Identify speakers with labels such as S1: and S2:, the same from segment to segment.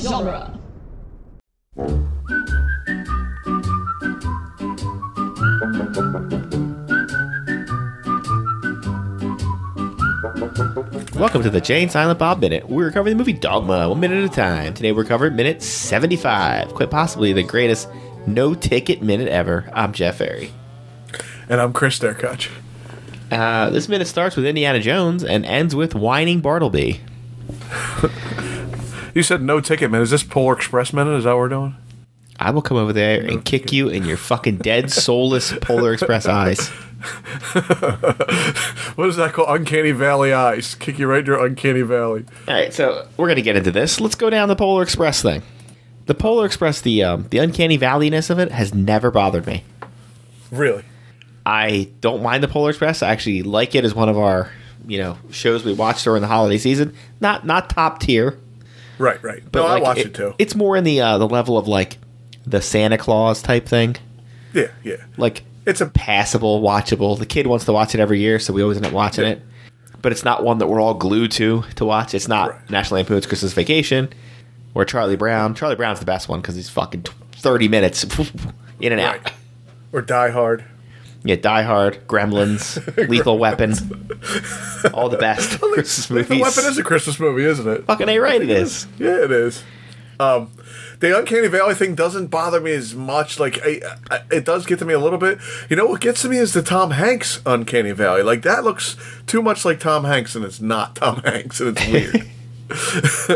S1: genre.
S2: Welcome to the Jane Silent Bob Minute. We're covering the movie Dogma one minute at a time. Today we're covering minute 75, quite possibly the greatest no ticket minute ever. I'm Jeff Ferry.
S3: And I'm Chris Derkach.
S2: Uh, this minute starts with Indiana Jones and ends with whining Bartleby.
S3: You said no ticket, man. Is this Polar Express minute? Is that what we're doing?
S2: I will come over there and kick you in your fucking dead, soulless Polar Express eyes.
S3: What is that called? Uncanny Valley Eyes. Kick you right in your Uncanny Valley.
S2: All right, so we're gonna get into this. Let's go down the Polar Express thing. The Polar Express, the um, the uncanny valleyness of it, has never bothered me.
S3: Really?
S2: I don't mind the Polar Express. I actually like it as one of our you know shows we watch during the holiday season. Not not top tier,
S3: Right, right.
S2: but
S3: no,
S2: like,
S3: I watch it, too.
S2: It's more in the uh, the level of like the Santa Claus type thing.
S3: yeah, yeah.
S2: Like
S3: It's a
S2: passable, watchable. The kid wants to watch it every year, so we always end up watching it. But it's not one that we're all glued to to watch. It's not
S3: Right.
S2: National Lampoon's Christmas Vacation or Charlie Brown. Charlie Brown's the best one because he's fucking tw- thirty minutes in and out.
S3: Right. or Die Hard.
S2: Yeah, Die Hard, Gremlins, Lethal Weapon, all the best Christmas movies.
S3: The Weapon is a Christmas movie, isn't it?
S2: fucking a right. It is.
S3: Yeah, it is. Um, the Uncanny Valley thing doesn't bother me as much. Like, I, I, it does get to me a little bit. You know what gets to me is the Tom Hanks Uncanny Valley. Like that looks too much like Tom Hanks, and it's not Tom Hanks, and it's weird.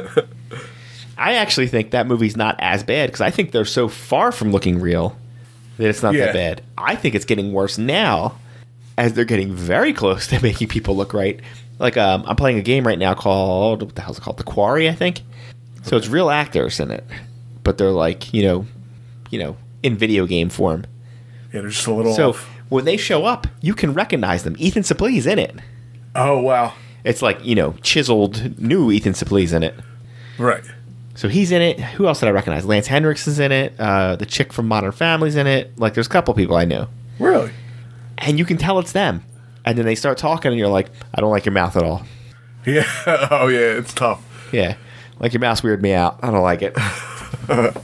S2: I actually think that movie's not as bad because I think they're so far from looking real that it's not
S3: Yeah.
S2: that bad. I think it's getting worse now as they're getting very close to making people look right. Like um, I'm playing a game right now called what the hell's it called? The Quarry, I think. So it's real actors in it, but they're like you know, you know, in video game form.
S3: yeah, they're just a little.
S2: So
S3: off.
S2: when they show up, you can recognize them. Ethan Suplee's in it.
S3: Oh wow!
S2: It's like you know, chiseled new Ethan Suplee's in it.
S3: Right.
S2: So he's in it. Who else did I recognize? Lance Hendricks is in it. Uh, the chick from Modern Family's in it. Like, there's a couple people I know,
S3: Really?
S2: and you can tell it's them. And then they start talking, and you're like, I don't like your mouth at all.
S3: Yeah. oh yeah, it's tough.
S2: Yeah, like your mouth weirded me out. I don't like it. I,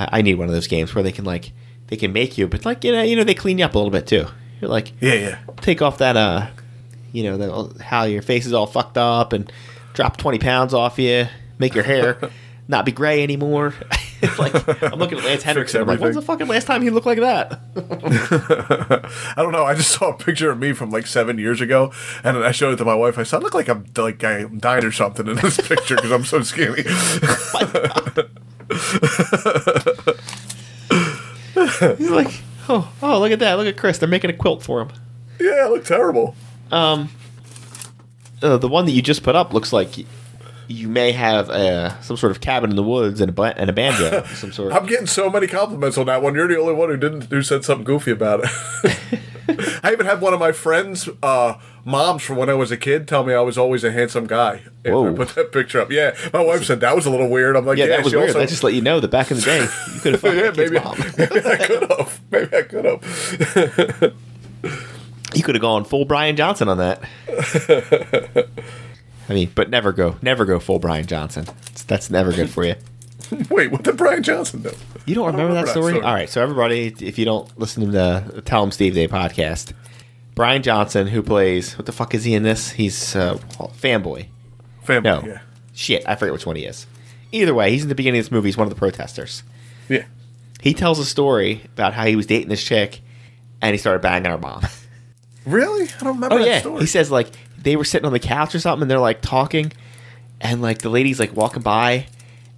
S2: I need one of those games where they can like they can make you, but like you know, you know, they clean you up a little bit too. You're like,
S3: Yeah, yeah.
S2: take off that uh, you know, the, how your face is all fucked up, and drop twenty pounds off you, make your hair not be gray anymore. like I'm looking at Lance Hendrickson. I'm like, when's the
S3: everything.
S2: fucking last time he looked like that?
S3: I don't know. I just saw a picture of me from like seven years ago, and I showed it to my wife. I said, "I look like I'm like I'm dying or something in this picture because I'm so skinny."
S2: He's like, oh, oh, look at that, look at Chris. They're making a quilt for him.
S3: yeah, I look terrible.
S2: uh, the one that you just put up looks like y- you may have uh, some sort of cabin in the woods and a, ba- and a banjo of some sort.
S3: I'm getting so many compliments on that one. You're the only one who didn't who said something goofy about it. I even had one of my friends' uh, moms from when I was a kid tell me I was always a handsome guy. If
S2: Whoa.
S3: I put that picture up. Yeah, my wife said that was a little weird. I'm like,
S2: yeah,
S3: yeah,
S2: that was
S3: she
S2: weird.
S3: Also,
S2: that just let you know that back in the day, you could have fucked
S3: yeah,
S2: that kid's
S3: maybe,
S2: mom.
S3: maybe I could have. Maybe I could have.
S2: You could have gone full Brian Johnson on that. I mean, but never go, never go full Brian Johnson. It's- That's never good for you.
S3: Wait, what did Brian Johnson do?
S2: You don't remember,
S3: remember
S2: that
S3: that
S2: story?
S3: story.
S2: All right, so everybody, if you don't listen to the Tell 'em Steve Day podcast, Brian Johnson, who plays what the fuck is he in this? He's uh, fanboy.
S3: Family.
S2: No.
S3: Yeah.
S2: Shit, I forget which one he is. Either way, he's in the beginning of this movie. He's one of the protesters.
S3: Yeah.
S2: He tells a story about how he was dating this chick and he started banging her mom.
S3: Really? I don't remember
S2: Oh,
S3: that
S2: yeah.
S3: story.
S2: He says, like, they were sitting on the couch or something and they're, like, talking. And, like, the lady's, like, walking by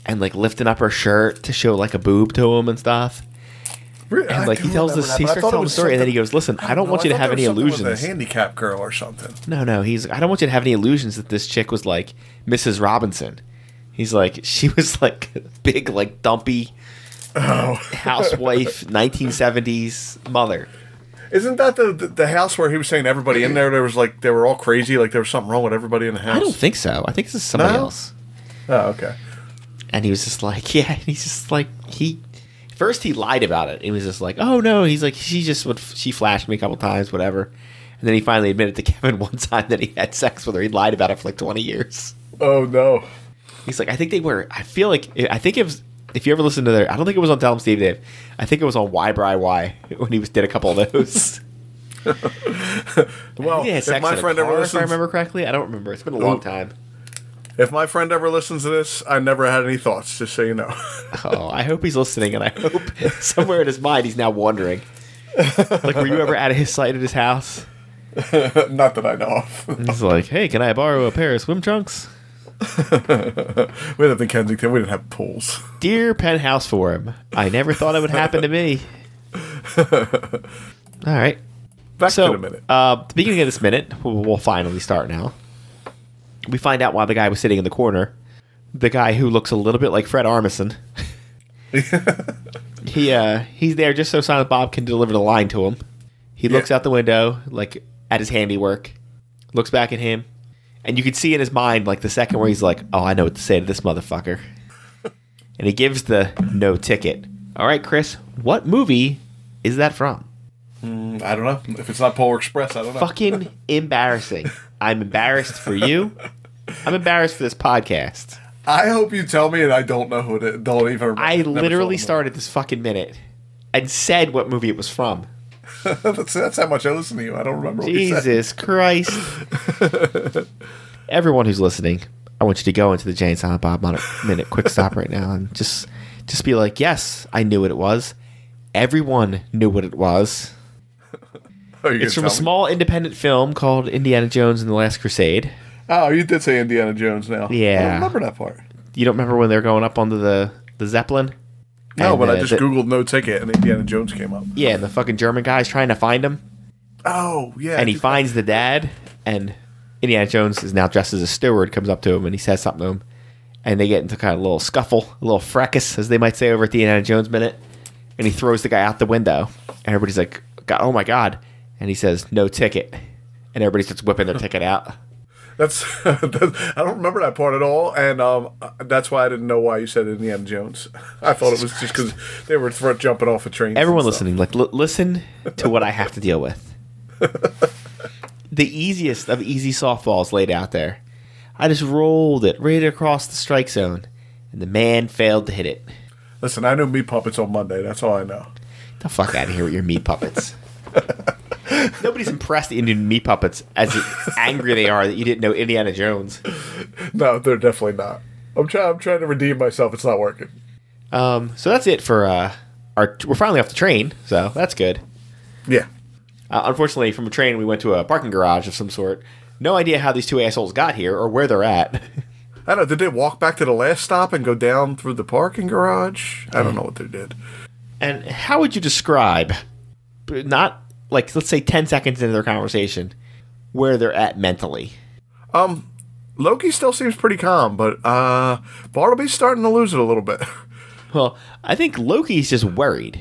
S2: and, like, lifting up her shirt to show, like, a boob to him and stuff.
S3: Re- I
S2: And, like,
S3: do
S2: he tells
S3: remember
S2: this,
S3: that,
S2: he
S3: but I
S2: starts
S3: thought it
S2: telling the
S3: was
S2: story and then he
S3: something-
S2: goes, listen, I don't
S3: No,
S2: want you to
S3: thought
S2: have
S3: there
S2: any
S3: was something with
S2: illusions.
S3: A handicap girl or something.
S2: No, no, he's like, I don't want you to have any illusions that this chick was like Mrs. Robinson. He's like, she was like big, like dumpy
S3: Oh.
S2: housewife, 1970s mother.
S3: Isn't that the, the the house where he was saying everybody in there? There was like they were all crazy. Like there was something wrong with everybody in the house.
S2: I don't think so. I think this is somebody
S3: No?
S2: else.
S3: Oh, okay.
S2: And he was just like, yeah. And he's just like, he first he lied about it. He was just like, oh no. He's like, she just would, she flashed me a couple times, whatever. And then he finally admitted to Kevin one time that he had sex with her. He lied about it for like 20 years.
S3: Oh no.
S2: He's like, I think they were. I feel like I think it was. If you ever listen to their, I don't think it was on Tell 'em Steve Dave. I think it was on Why Bry Why when he was did a couple of those.
S3: Well,
S2: yeah,
S3: if my friend ever
S2: if I
S3: listens,
S2: remember correctly, I don't remember. It's been a long time.
S3: if my friend ever listens to this, I never had any thoughts. Just so you know.
S2: Oh, I hope he's listening, and I hope somewhere in his mind he's now wondering. Like, were you ever out of his sight at his house?
S3: Not that I know of.
S2: And he's like, hey, can I borrow a pair of swim trunks?
S3: we lived in Kensington. We didn't have pools.
S2: Dear penthouse forum, I never thought it would happen to me. All right.
S3: Back
S2: So,
S3: to the minute.
S2: uh, the beginning of this minute, we'll we'll finally start now. We find out why the guy was sitting in the corner. The guy who looks a little bit like Fred Armisen. he uh, he's there just so Silent Bob can deliver the line to him. He looks
S3: Yeah.
S2: out the window, like at his handiwork, looks back at him, and you can see in his mind, like the second where he's like, "Oh, I know what to say to this motherfucker," and he gives the no ticket. All right, Chris, what movie is that from?
S3: I don't know if it's not Polar Express. I don't know.
S2: fucking embarrassing. I'm embarrassed for you. I'm embarrassed for this podcast.
S3: I hope you tell me, and I don't know who it. Is. Don't even. Remember.
S2: I
S3: Never saw
S2: literally
S3: them.
S2: started this fucking minute and said what movie it was from.
S3: that's, that's how much I listen to you. I don't remember. What you said.
S2: Jesus Christ. Everyone who's listening, I want you to go into the Jane Silent Bob Mon- minute quick stop right now and just just be like, "Yes, I knew what it was." Everyone knew what it was.
S3: Oh, you
S2: It's from a
S3: gonna tell me?
S2: small independent film called Indiana Jones and the Last Crusade.
S3: Oh, you did say Indiana Jones now. I
S2: Yeah.
S3: don't remember that part.
S2: You don't remember when they're going up onto the the Zeppelin?
S3: No,
S2: And,
S3: but I
S2: uh,
S3: just
S2: the-
S3: googled no ticket, and Indiana Jones came up.
S2: Yeah, and the fucking German guy's trying to find him,
S3: Oh, yeah.
S2: and he
S3: dude.
S2: finds the dad, and Indiana Jones is now dressed as a steward, comes up to him, and he says something to him, and they get into kind of a little scuffle, a little fracas, as they might say over at the Indiana Jones minute, and he throws the guy out the window, and everybody's like, "God, oh my god," and he says, "No ticket," and everybody starts whipping their ticket out.
S3: That's, that- I don't remember that part at all, and um, uh, that's why I didn't know why you said Indiana Jones. I thought it was just because they were thro- jumping off a train.
S2: Everyone listening, like l- listen to what I have to deal with. the easiest of easy softballs laid out there. I just rolled it right across the strike zone, and the man failed to hit it.
S3: Listen, I know meat puppets on Monday. That's all I know.
S2: The fuck out of here with your meat puppets. Nobody's impressed the Indian meat puppets as angry they are that you didn't know Indiana Jones.
S3: No, they're definitely not. I'm trying. I'm trying to redeem myself. It's not working.
S2: Um, so that's it for uh, our. We're finally off the train, so that's good.
S3: Yeah.
S2: Uh, unfortunately, from a train, we went to a parking garage of some sort. No idea how these two assholes got here or where they're at.
S3: I don't know. Did they walk back to the last stop and go down through the parking garage? I don't know what they did.
S2: And how would you describe, but not like, let's say 10 seconds into their conversation, where they're at mentally?
S3: Um, Loki still seems pretty calm, but uh, Bartleby's starting to lose it a little bit.
S2: Well, I think Loki's just worried.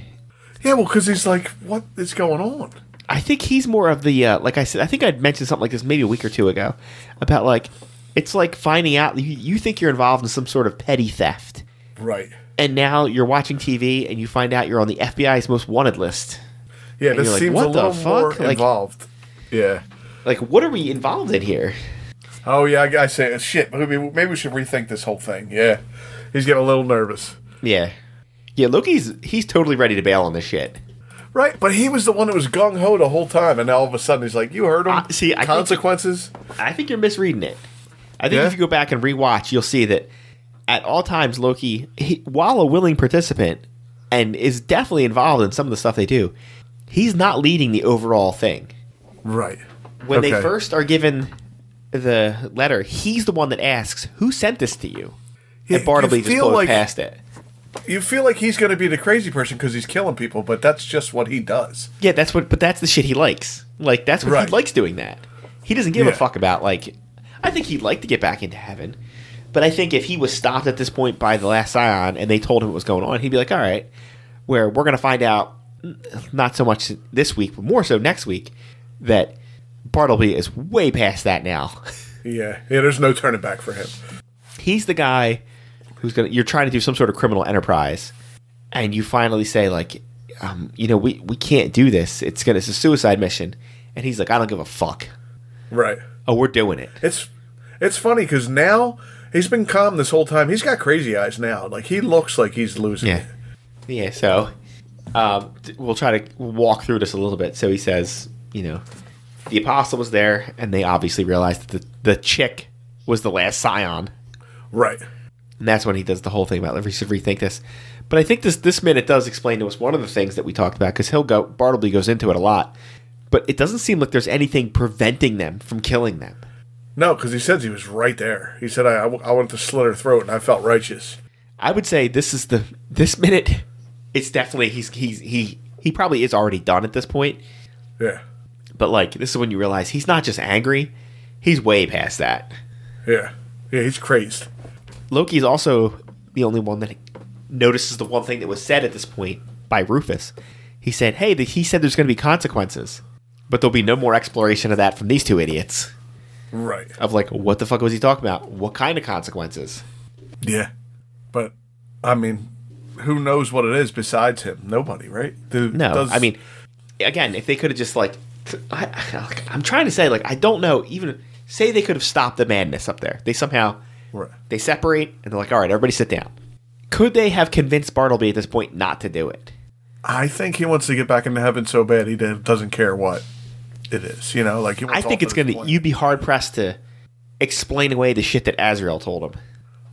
S3: yeah, well, because he's like, what is going on?
S2: I think he's more of the, uh, like I said, I think I'd mentioned something like this maybe a week or two ago about like, it's like finding out you, you think you're involved in some sort of petty theft.
S3: Right.
S2: And now you're watching TV and you find out you're on the FBI's most wanted list.
S3: Yeah, this
S2: you're like,
S3: seems
S2: what
S3: a
S2: the
S3: little more
S2: fuck? Like-
S3: involved. Yeah.
S2: Like, what are we involved in here?
S3: Oh yeah, I, I say shit. Maybe maybe we should rethink this whole thing. Yeah. He's getting a little nervous.
S2: Yeah. Yeah, Loki's he's totally ready to bail on this shit.
S3: Right, but he was the one that was gung ho the whole time, and now all of a sudden he's like, "You heard him."
S2: Uh, see, I think-
S3: consequences.
S2: I think you're misreading it. I think
S3: Yeah?
S2: if you go back and rewatch, you'll see that at all times Loki, he, while a willing participant and is definitely involved in some of the stuff they do, he's not leading the overall thing.
S3: Right.
S2: When they
S3: Okay.
S2: first are given the letter, he's the one that asks, "Who sent this to you?"
S3: you
S2: and Bartleby just
S3: feel
S2: blows
S3: like-
S2: past it.
S3: you feel like he's going to be the crazy person because he's killing people, but that's just what he does.
S2: Yeah, that's what. But that's the shit he likes. Like that's what
S3: Right.
S2: he likes doing. That he doesn't give a
S3: Yeah.
S2: fuck about. Like, I think he'd like to get back into heaven, but I think if he was stopped at this point by the last Scion and they told him what was going on, he'd be like, "All right, where we're gonna find out, n- not so much this week, but more so next week, that Bartleby is way past that now.
S3: Yeah, yeah. There's no turning back for him.
S2: He's the guy who's gonna. You're trying to do some sort of criminal enterprise, and you finally say like." Um, you know, we, we can't do this. It's gonna it's a suicide mission, and he's like, I don't give a fuck.
S3: Right.
S2: Oh, we're doing it.
S3: It's it's funny because now He's been calm this whole time. He's got crazy eyes now. Like he looks like he's losing.
S2: Yeah.
S3: it.
S2: Yeah, so um, t- we'll try to walk through this a little bit. So he says, you know, the apostle was there, and they obviously realized that the, the chick was the last scion.
S3: Right.
S2: And that's when he does the whole thing about we should rethink this. But I think this this minute does explain to us one of the things that we talked about because he'll go Bartleby goes into it a lot, but it doesn't seem like there's anything preventing them from killing them.
S3: No, because he says he was right there. He said I, I, w- I wanted to slit her throat, and I felt righteous.
S2: I would say this is the this minute. It's definitely he's he's he he probably is already done at this point.
S3: Yeah.
S2: But like this is when you realize he's not just angry, he's way past that.
S3: Yeah. Yeah. He's crazed.
S2: Loki's also the only one that notices the one thing that was said at this point by Rufus. He said, "Hey, the, he said there's going to be consequences, but there'll be no more exploration of that from these two idiots."
S3: Right.
S2: Of like, what the fuck was he talking about? What kind of consequences?
S3: Yeah. But I mean, who knows what it is besides him? Nobody, right? Dude,
S2: No, I mean, again, if they could have just like, I, I'm trying to say, like, I don't know. Even say they could have stopped the madness up there. They somehow
S3: Right.
S2: they separate and they're like, "All right, everybody, sit down." Could they have convinced Bartleby at this point not to do it?
S3: I think he wants to get back into heaven so bad he did, doesn't care what it is. You know, like he
S2: I
S3: wants
S2: think
S3: all
S2: it's
S3: those
S2: gonna.
S3: points.
S2: You'd be hard pressed to explain away the shit that Azrael told him.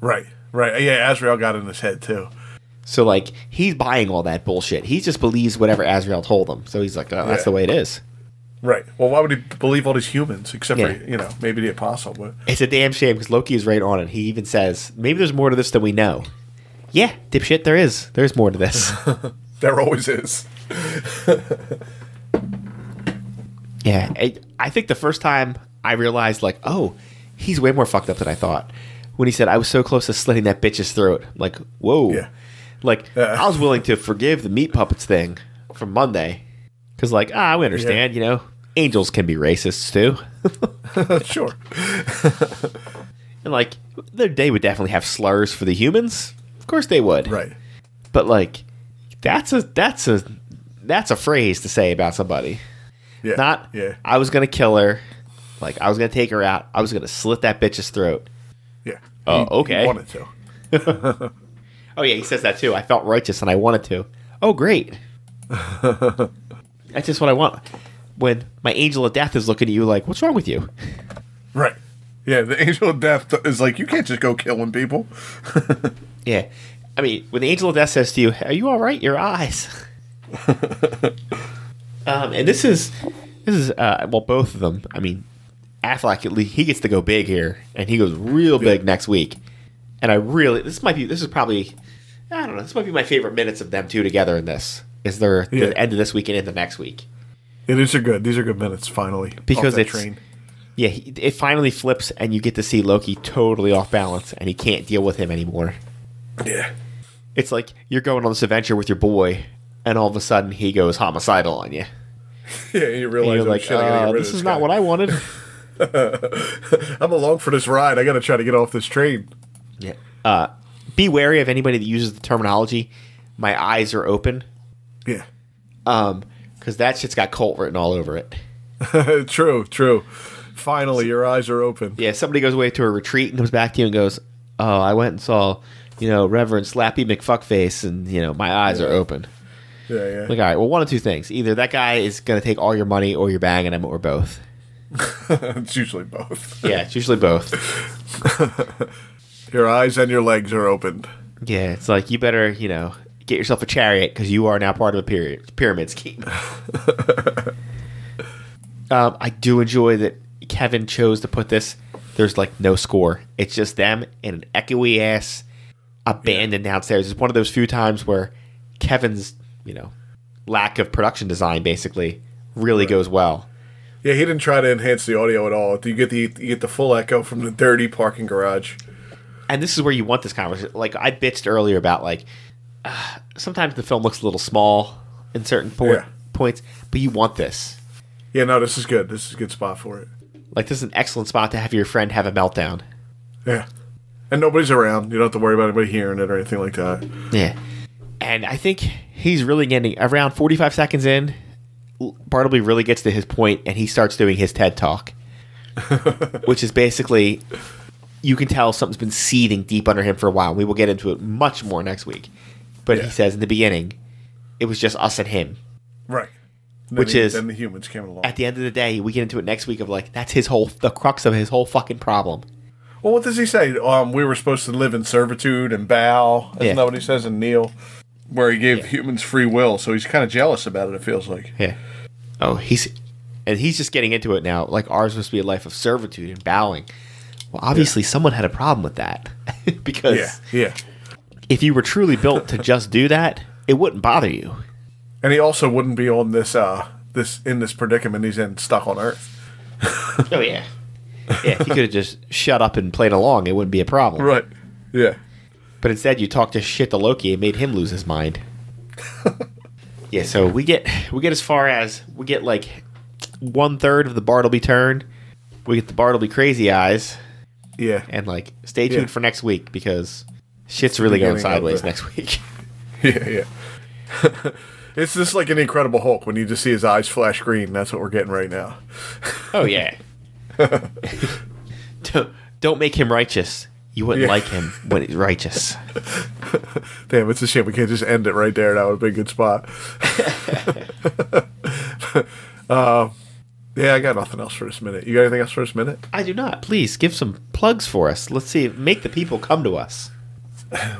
S3: right, right. Yeah, Azrael got in his head too.
S2: So like he's buying all that bullshit. He just believes whatever Azrael told him. So he's like, oh, that's
S3: Yeah.
S2: the way it is.
S3: Right. Well, why would he believe all these humans except
S2: Yeah.
S3: for you know maybe the apostle? But
S2: It's a damn shame because Loki is right on it. He even says maybe there's more to this than we know. Yeah, dipshit, there is. There's more to this.
S3: there always is.
S2: yeah, I, I think the first time I realized like, oh, he's way more fucked up than I thought. When he said I was so close to slitting that bitch's throat, I'm like, whoa,
S3: Yeah. Uh.
S2: like
S3: Yeah.
S2: I was willing to forgive the meat puppets thing from Monday because like ah, we understand, you know, angels can be racists too.
S3: sure.
S2: And like, their day would definitely have slurs for the humans. Of course they would.
S3: Right.
S2: But like, that's a that's a that's a phrase to say about somebody.
S3: Yeah.
S2: Not
S3: Yeah.
S2: I was gonna kill her. Like I was gonna take her out. I was gonna slit that bitch's throat.
S3: Yeah.
S2: Oh,
S3: He- he
S2: okay.
S3: wanted to.
S2: Oh yeah, he says that too. I felt righteous and I wanted to. Oh great. that's just what I want. When my angel of death is looking at you like, what's wrong with you?
S3: Right. Yeah. The angel of death is like you can't just go killing people.
S2: Yeah. I mean, when the angel of death says to you, "Are you all right? Your eyes." um, and this is this is uh, well, both of them. I mean, Affleck at least he gets to go big here, and he goes real big next week. And I really this might be this is probably I don't know this might be my favorite minutes of them two together in this. Is their
S3: Yeah.
S2: the end of this week and into next week?
S3: Yeah, these are good. These are good minutes. Finally, off
S2: Because
S3: that
S2: it's- Yeah, he, it finally flips, and you get to see Loki totally off balance, and he can't deal with him anymore.
S3: Yeah.
S2: It's like you're going on this adventure with your boy, and all of a sudden he goes homicidal on you.
S3: Yeah, you
S2: And
S3: realize
S2: you're
S3: I'm
S2: like,
S3: shit, I gotta get
S2: uh,
S3: rid
S2: this
S3: of
S2: is not
S3: guy.
S2: what I wanted.
S3: I'm along for this ride. I got to try to get off this train.
S2: yeah. Uh, be wary of anybody that uses the terminology. My eyes are open,
S3: Yeah.
S2: um, because that shit's got Colt written all over it.
S3: true, true. Finally, your eyes are open.
S2: Yeah, somebody goes away to a retreat and comes back to you and goes, "Oh, I went and saw, you know, Reverend Slappy McFuckface, and you know, my eyes are open."
S3: Yeah, yeah.
S2: Like, all right, well, one of two things: either that guy is gonna take all your money, or you're banging him, or both.
S3: it's usually both.
S2: Yeah, it's usually both.
S3: Your eyes and your legs are opened.
S2: Yeah, it's like you better, you know, get yourself a chariot because you are now part of a pyramid pyramid scheme. um, I do enjoy that Kevin chose to put this. There's like no score. It's just them in an echoey ass abandoned downstairs. It's one of those few times where Kevin's, you know, lack of production design basically really goes well.
S3: Yeah, he didn't try to enhance the audio at all. You get the you get the full echo from the dirty parking garage.
S2: and this is where you want this conversation. Like I bitched earlier about like uh, sometimes the film looks a little small in certain po-
S3: Yeah.
S2: points, but you want this.
S3: Yeah, no, this is good. This is a good spot for it.
S2: Like this is an excellent spot to have your friend have a meltdown.
S3: Yeah. And nobody's around. You don't have to worry about anybody hearing it or anything like that.
S2: Yeah, and I think he's really getting around forty five seconds in. L- Bartleby really gets to his point, and he starts doing his TED talk, which is basically. you can tell something's been seething deep under him for a while. We will get into it much more next week. But
S3: Yeah.
S2: he says in the beginning, it was just us and him.
S3: right. Then
S2: Which
S3: he-
S2: is-
S3: then the humans came along.
S2: At the end of the day, we get into it next week of like that's his whole the crux of his whole fucking problem.
S3: well, what does he say? Um, we were supposed to live in servitude and bow. Isn't
S2: Yeah.
S3: that what he says in Neil, where he gave humans free will? So he's kind of jealous about it. It feels like.
S2: Yeah. Oh, he's and he's just getting into it now. Like ours must be a life of servitude and bowing. Well, obviously someone had a problem with that because
S3: Yeah, yeah.
S2: if you were truly built to just do that, it wouldn't bother you.
S3: And he also wouldn't be on this uh this in this predicament he's in stuck on Earth.
S2: Oh yeah. Yeah, if you could have just shut up and played along, it wouldn't be a problem.
S3: Right. Yeah.
S2: But instead, you talked to shit to Loki and made him lose his mind. yeah, so we get we get as far as we get like one third of the Bartleby turn. We get the Bartleby crazy eyes,
S3: Yeah.
S2: and like stay tuned
S3: Yeah.
S2: for next week because shit's really going
S3: Beginning
S2: sideways
S3: of the-
S2: next week.
S3: Yeah, yeah. it's just like an Incredible Hulk when you just see his eyes flash green. That's what we're getting right now.
S2: Oh yeah. don't, don't make him righteous. You wouldn't
S3: Yeah.
S2: like him when he's righteous.
S3: Damn, it's a shame we can't just end it right there. That would have been a good spot. uh, yeah, I got nothing else for this minute. You got anything else for this minute?
S2: I do not. Please give some plugs for us. Let's see. Make the people come to us.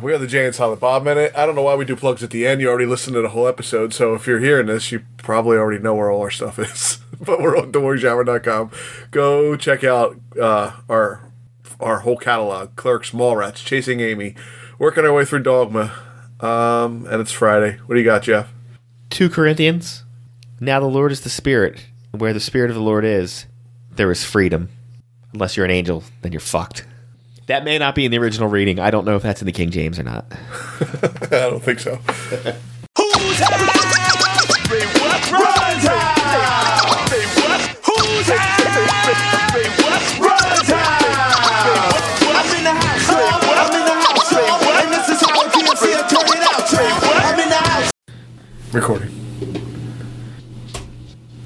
S3: We are the Jay and Silent Bob minute. I don't know why we do plugs at the end. You already listened to the whole episode, so if you're hearing this, you probably already know where all our stuff is. but we're on DoorJammer.com. Go check out uh, our our whole catalog: Clerks, Mallrats, Chasing Amy, working our way through Dogma, um, and it's Friday. What do you got, Jeff?
S2: 2 Corinthians. Now the Lord is the Spirit. and Where the Spirit of the Lord is, there is freedom. Unless you're an angel, then you're fucked. That may not be in the original reading. I don't know if that's in the King James or not.
S3: I don't think so.
S1: Who's house? They what? Run time. They what? Who's house? They what? Run time. I'm in the house. They what? I'm in the house. They what? And this is how a PMC will turn it out. They what? I'm in the house.
S3: Recording.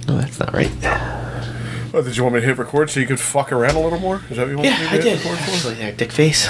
S2: No, that's not right.
S3: Oh, did you want me to hit record so you could fuck around a little more? Is that what you want
S2: Yeah,
S3: me
S2: I
S3: to hit
S2: did.
S3: record for?
S2: Actually, there, dick face.